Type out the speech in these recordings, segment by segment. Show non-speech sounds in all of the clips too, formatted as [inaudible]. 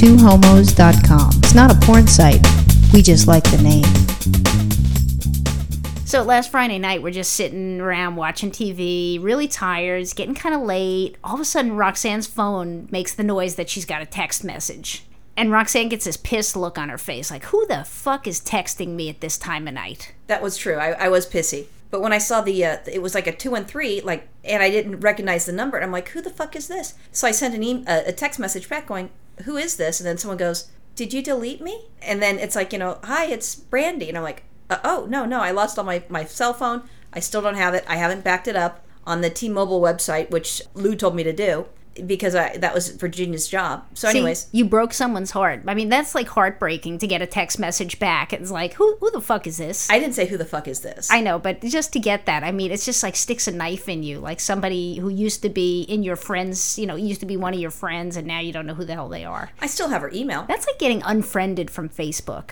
twohomos.com. It's not a porn site. We just like the name. So last Friday night, we're just sitting around watching TV, really tired, it's getting kind of late. All of a sudden, Roxanne's phone makes the noise that she's got a text message. And Roxanne gets this pissed look on her face like, who the fuck is texting me at this time of night? That was true. I, I was pissy. But when I saw the, uh, it was like a two and three, like, and I didn't recognize the number. I'm like, who the fuck is this? So I sent an e- a, a text message back going, who is this? And then someone goes, did you delete me? And then it's like, you know, hi, it's Brandy. And I'm like, uh, oh, no, no, I lost all my, my cell phone. I still don't have it. I haven't backed it up on the T-Mobile website, which Lou told me to do because I, that was Virginia's job. So See, anyways, you broke someone's heart. I mean, that's like heartbreaking to get a text message back. It's like, who, who the fuck is this? I didn't say who the fuck is this. I know, but just to get that, I mean, it's just like sticks a knife in you. Like somebody who used to be in your friends, you know, used to be one of your friends, and now you don't know who the hell they are. I still have her email. That's like getting unfriended from Facebook.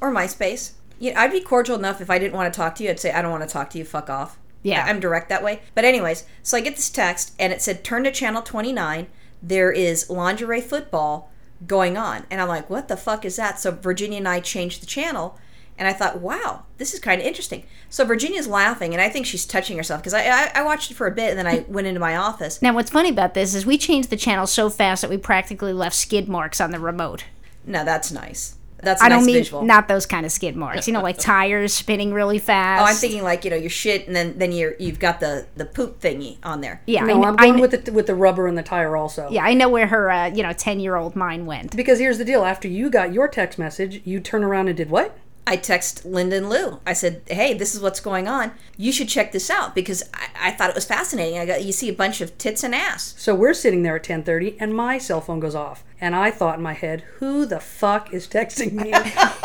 or MySpace. You know, I'd be cordial enough if I didn't want to talk to you. I'd say, I don't want to talk to you. Fuck off. Yeah. I- I'm direct that way. But, anyways, so I get this text and it said, turn to channel 29. There is lingerie football going on. And I'm like, what the fuck is that? So, Virginia and I changed the channel. And I thought, wow, this is kind of interesting. So, Virginia's laughing and I think she's touching herself because I, I, I watched it for a bit and then I went into my office. Now, what's funny about this is we changed the channel so fast that we practically left skid marks on the remote. No, that's nice. That's a I don't nice mean visual. not those kind of skid marks, you know, [laughs] like tires spinning really fast. Oh, I'm thinking like you know your shit, and then then you're you've got the the poop thingy on there. yeah, I, No, kn- I'm I going kn- with the with the rubber and the tire also. yeah, I know where her, uh, you know, ten year old mind went. Because here's the deal: after you got your text message, you turn around and did what? I text Linda and Lou. I said, "Hey, this is what's going on. You should check this out because I, I thought it was fascinating. I got you see a bunch of tits and ass. So we're sitting there at 10:30, and my cell phone goes off, and I thought in my head, "Who the fuck is texting me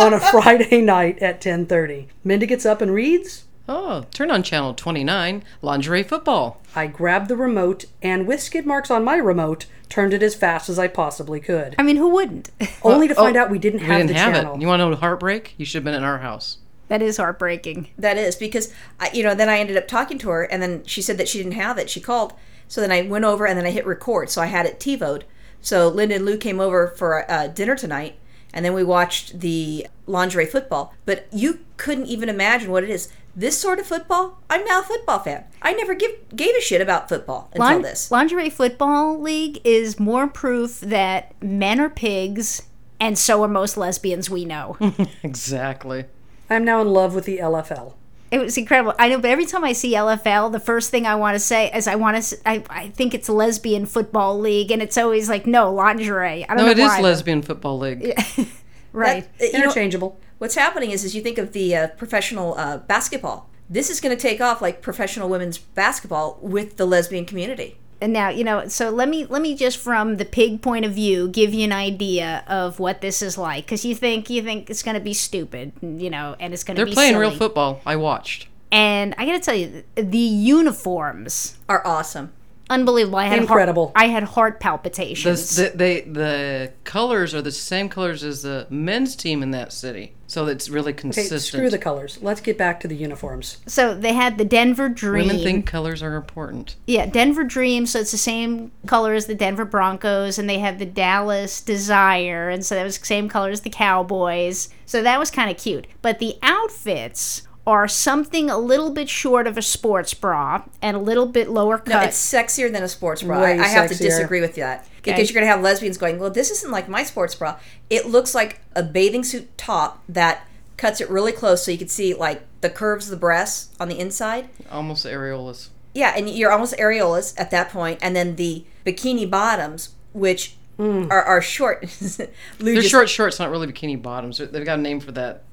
on a Friday night at 10:30?" Minda gets up and reads. Oh, turn on channel 29, lingerie football. I grabbed the remote and, with skid marks on my remote, turned it as fast as I possibly could, I mean, who wouldn't? [laughs] only to find out we didn't We have didn't the have channel. it. You want to know heartbreak? You should have been in our house. that is heartbreaking. That is because I, you know. Then I ended up talking to her, and then she said that she didn't have it. She called, so then I went over and then I hit record. So I had it TiVoed. So Linda and Lou came over for uh, dinner tonight, and then we watched the lingerie football. But you couldn't even imagine what it is. This sort of football. I'm now a football fan. I never give gave a shit about football until Lin- this. Lingerie Football League is more proof that men are pigs, and so are most lesbians we know. Exactly. I'm now in love with the LFL. it was incredible. I know, but every time I see LFL, the first thing I want to say is I want to. I, I think it's lesbian football league, and it's always like no lingerie. I don't No, know it is why, lesbian football league. right? That- you know- Interchangeable. what's happening is, is you think of the uh, professional uh, basketball. This is going to take off like professional women's basketball with the lesbian community. and now you know. So let me let me just from the pig point of view give you an idea of what this is like, because you think you think it's going to be stupid, you know, and it's going to They're be playing real silly. football. I watched. And I got to tell you, the uniforms. Are awesome. Unbelievable! I had Incredible. Heart, I had heart The, palpitations. the, they, the colors are the same colors as the men's team in that city. So it's really Okay, consistent. screw the colors. Let's get back to the uniforms. so they had the Denver Dream. Women think colors are important. Yeah, Denver Dream, so it's the same color as the Denver Broncos, and they have the Dallas Desire, and so that was the same color as the Cowboys. So that was kind of cute. But the outfits are something a little bit short of a sports bra and a little bit lower cut. It's sexier than a sports bra. Way I have sexier. to disagree with that because you're going to have lesbians going, well, this isn't like my sports bra. It looks like a bathing suit top that cuts it really close so you can see like the curves of the breasts on the inside. Almost areolas. Yeah, and you're almost areolas at that point, and then the bikini bottoms, which are, are short. [laughs] Lou They're just- short shorts, not really bikini bottoms. They're- They've got a name for that.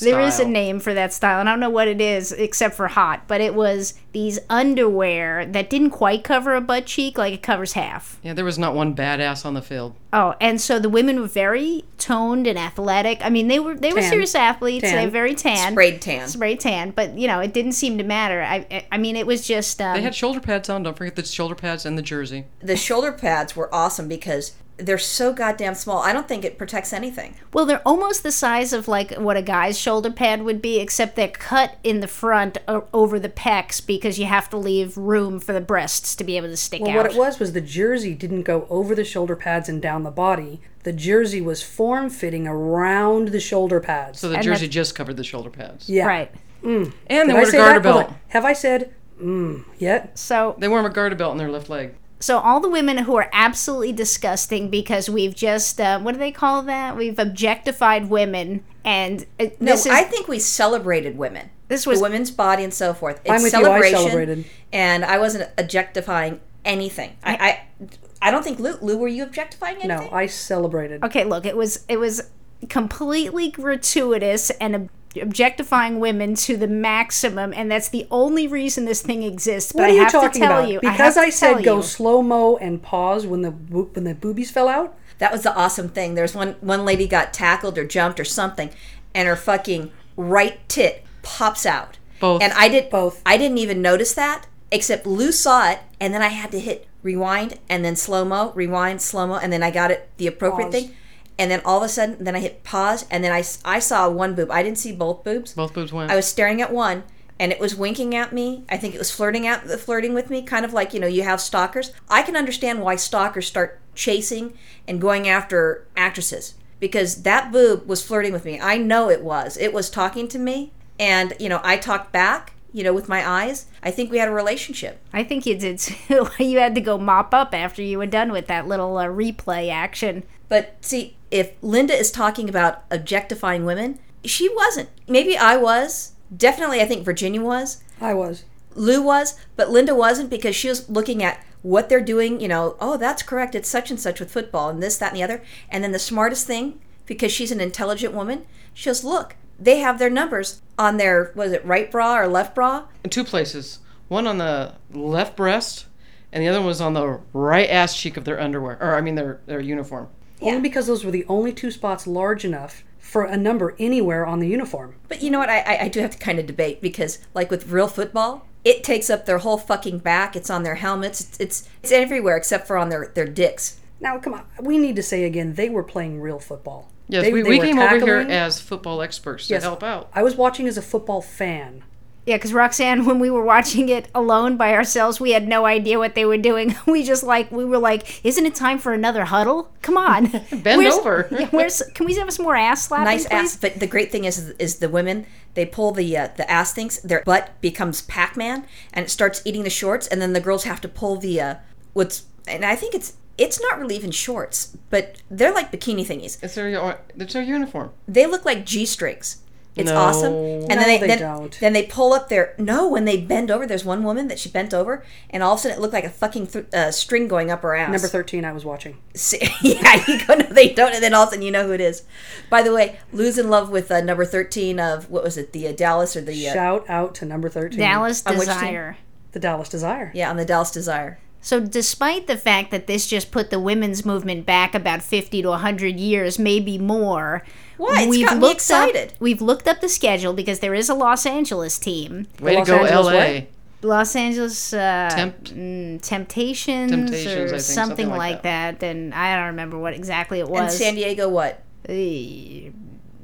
There is a style. name for that style, and I don't know what it is except for hot, but it was these underwear that didn't quite cover a butt cheek, like it covers half. Yeah, there was not one badass on the field. Oh, and so the women were very toned and athletic. I mean, they were they were Tan. serious athletes. They Tan. were very tan. Sprayed tan. spray tan, but you know, it didn't seem to matter. I, I- I mean, it was just um, They had shoulder pads on. Don't forget the shoulder pads and the jersey. the shoulder pads were awesome because They're so goddamn small. I don't think it protects anything. Well, they're almost the size of like what a guy's shoulder pad would be, except they're cut in the front o- over the pecs because you have to leave room for the breasts to be able to stick Well, out. what it was was the jersey didn't go over the shoulder pads and down the body. The jersey was form fitting around the shoulder pads. So the And jersey just covered the shoulder pads. yeah. Right. And they Did I wore a say garter that? Hold belt. on. Have I said mm yet? So They wore a garter belt on their left leg. So all the women who are absolutely disgusting because we've just uh, what do they call that? We've objectified women, and uh, No, this is I think we celebrated women. This was- the women's body and so forth. It's I'm with you. I celebration, celebrated. and I wasn't objectifying anything. I, I, I don't think Lou. Lou, were you objectifying anything? No, I celebrated. okay. Look, it was it was completely gratuitous and. ob- Objectifying women to the maximum, and that's the only reason this thing exists. But What I are you have to talking tell about? you, I have because to I said tell go you. slow mo and pause when the bo- when the boobies fell out. That was the awesome thing. There's one one lady got tackled or jumped or something, and her fucking right tit pops out. Both. And I did Both. I didn't even notice that, except Lou saw it, and then I had to hit rewind and then slow mo, rewind slow mo, and then I got it the appropriate Pause. thing, and then all of a sudden, then I hit pause, and then I s- I saw one boob. I didn't see both boobs. Both boobs went. I was staring at one and it was winking at me. I think it was flirting at flirting with me, kind of like, you know, you have stalkers. I can understand why stalkers start chasing and going after actresses because that boob was flirting with me. I know it was. It was talking to me and, you know, I talked back, you know, with my eyes. I think we had a relationship. I think you did too. [laughs] you had to go mop up after you were done with that little uh, replay action. But see, if Linda is talking about objectifying women, she wasn't. Maybe I was. Definitely I think Virginia was. I was. Lou was, but Linda wasn't because she was looking at what they're doing, you know, oh, that's correct, it's such and such with football and this, that, and the other. And then the smartest thing, because she's an intelligent woman, she goes, look, they have their numbers on their, was it right bra or left bra? in two places. One on the left breast, and the other one was on the right ass cheek of their underwear, or I mean their their uniform. Only because those were the only two spots large enough for a number anywhere on the uniform. But you know what, I, I, I do have to kind of debate because, like with real football, it takes up their whole fucking back, it's on their helmets, it's, it's, it's everywhere except for on their, their dicks. Now, come on. We need to say again, they were playing real football. Yes, They- we, they we were came over tackling. here as football experts to Yes. help out. I was watching as a football fan. Yeah, because Roxanne, [laughs] when we were watching it alone by ourselves, we had no idea what they were doing. [laughs] We just like we were like, "Isn't it time for another huddle? Come [laughs] on, Bend Where's- over." [laughs] yeah, where's can we have some more ass slapping? Nice ass, please? but the great thing is, is the women they pull the uh, the ass things. Their butt becomes Pac Man, and it starts eating the shorts, and then the girls have to pull the uh, what's. And I think it's it's not really even shorts, but they're like bikini thingies. It's their uh, it's their uniform. They look like g strings. It's No. awesome. And then No, they, they then, don't. then they pull up their no. When they bend over, there's one woman that she bent over, and all of a sudden it looked like a fucking th- uh, string going up her ass. Number 13, I was watching. See- [laughs] yeah, you go, no, they don't, and then all of a sudden you know who it is. By the way, Lou's in love with uh, number 13 of, what was it, the uh, Dallas or the, uh, Shout out to number 13. Dallas On which team? Desire. The Dallas Desire. yeah, on the Dallas Desire. So, despite the fact that this just put the women's movement back about fifty to hundred years, maybe more, Why? It's got me looked up- excited. we've looked up the schedule because there is a Los Angeles team, Way Los to go, Angeles LA. way? Los Angeles uh, Tempt. Temptations, Temptations, or I think, something, something like, like that. And I don't remember what exactly it And was. San Diego, what? Eh,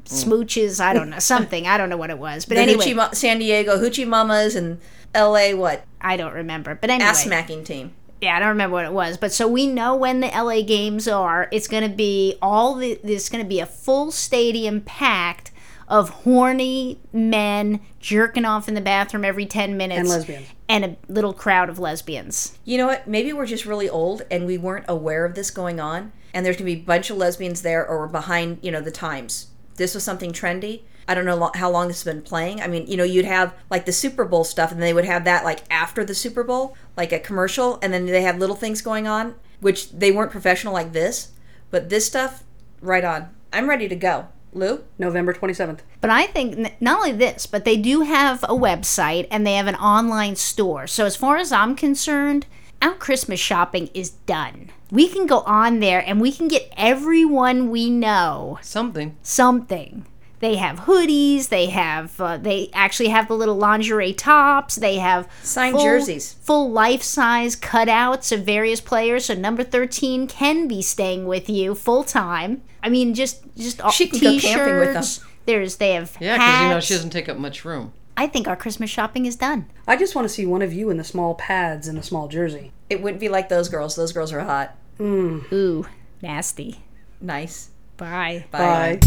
smooches, I don't know, something. I don't know what it was. But The anyway, Hoochie Ma- San Diego Hoochie Mamas and LA, what? I don't remember. But anyway, Ass smacking team. yeah, I don't remember what it was. But so we know when the LA games are. It's going to be all the, it's going to be a full stadium packed of horny men jerking off in the bathroom every 10 minutes. And lesbians. And a little crowd of lesbians. You know what? Maybe we're just really old and we weren't aware of this going on, and there's going to be a bunch of lesbians there or we're behind, you know, the times. This was something trendy. I don't know lo- how long this has been playing. I mean, you know, you'd have like the Super Bowl stuff, and they would have that like after the Super Bowl, like a commercial, and then they had little things going on, which they weren't professional like this. But this stuff, right on. I'm ready to go. Lou? November 27th. But I think n- not only this, but they do have a website and they have an online store. So as far as I'm concerned, our Christmas shopping is done. We can go on there and we can get everyone we know Something. something. They have hoodies. They have. Uh, they actually have the little lingerie tops. They have Signed jerseys. full life size cutouts of various players. So number thirteen can be staying with you full time. I mean, just just all, She can go camping with them. t-shirts. There's they have Yeah, because you know she doesn't take up much room. I think our Christmas shopping is done. I just want to see one of you in the small pads and the small jersey. It wouldn't be like those girls. Those girls are hot. Ooh, nasty. Nice. Bye. Bye.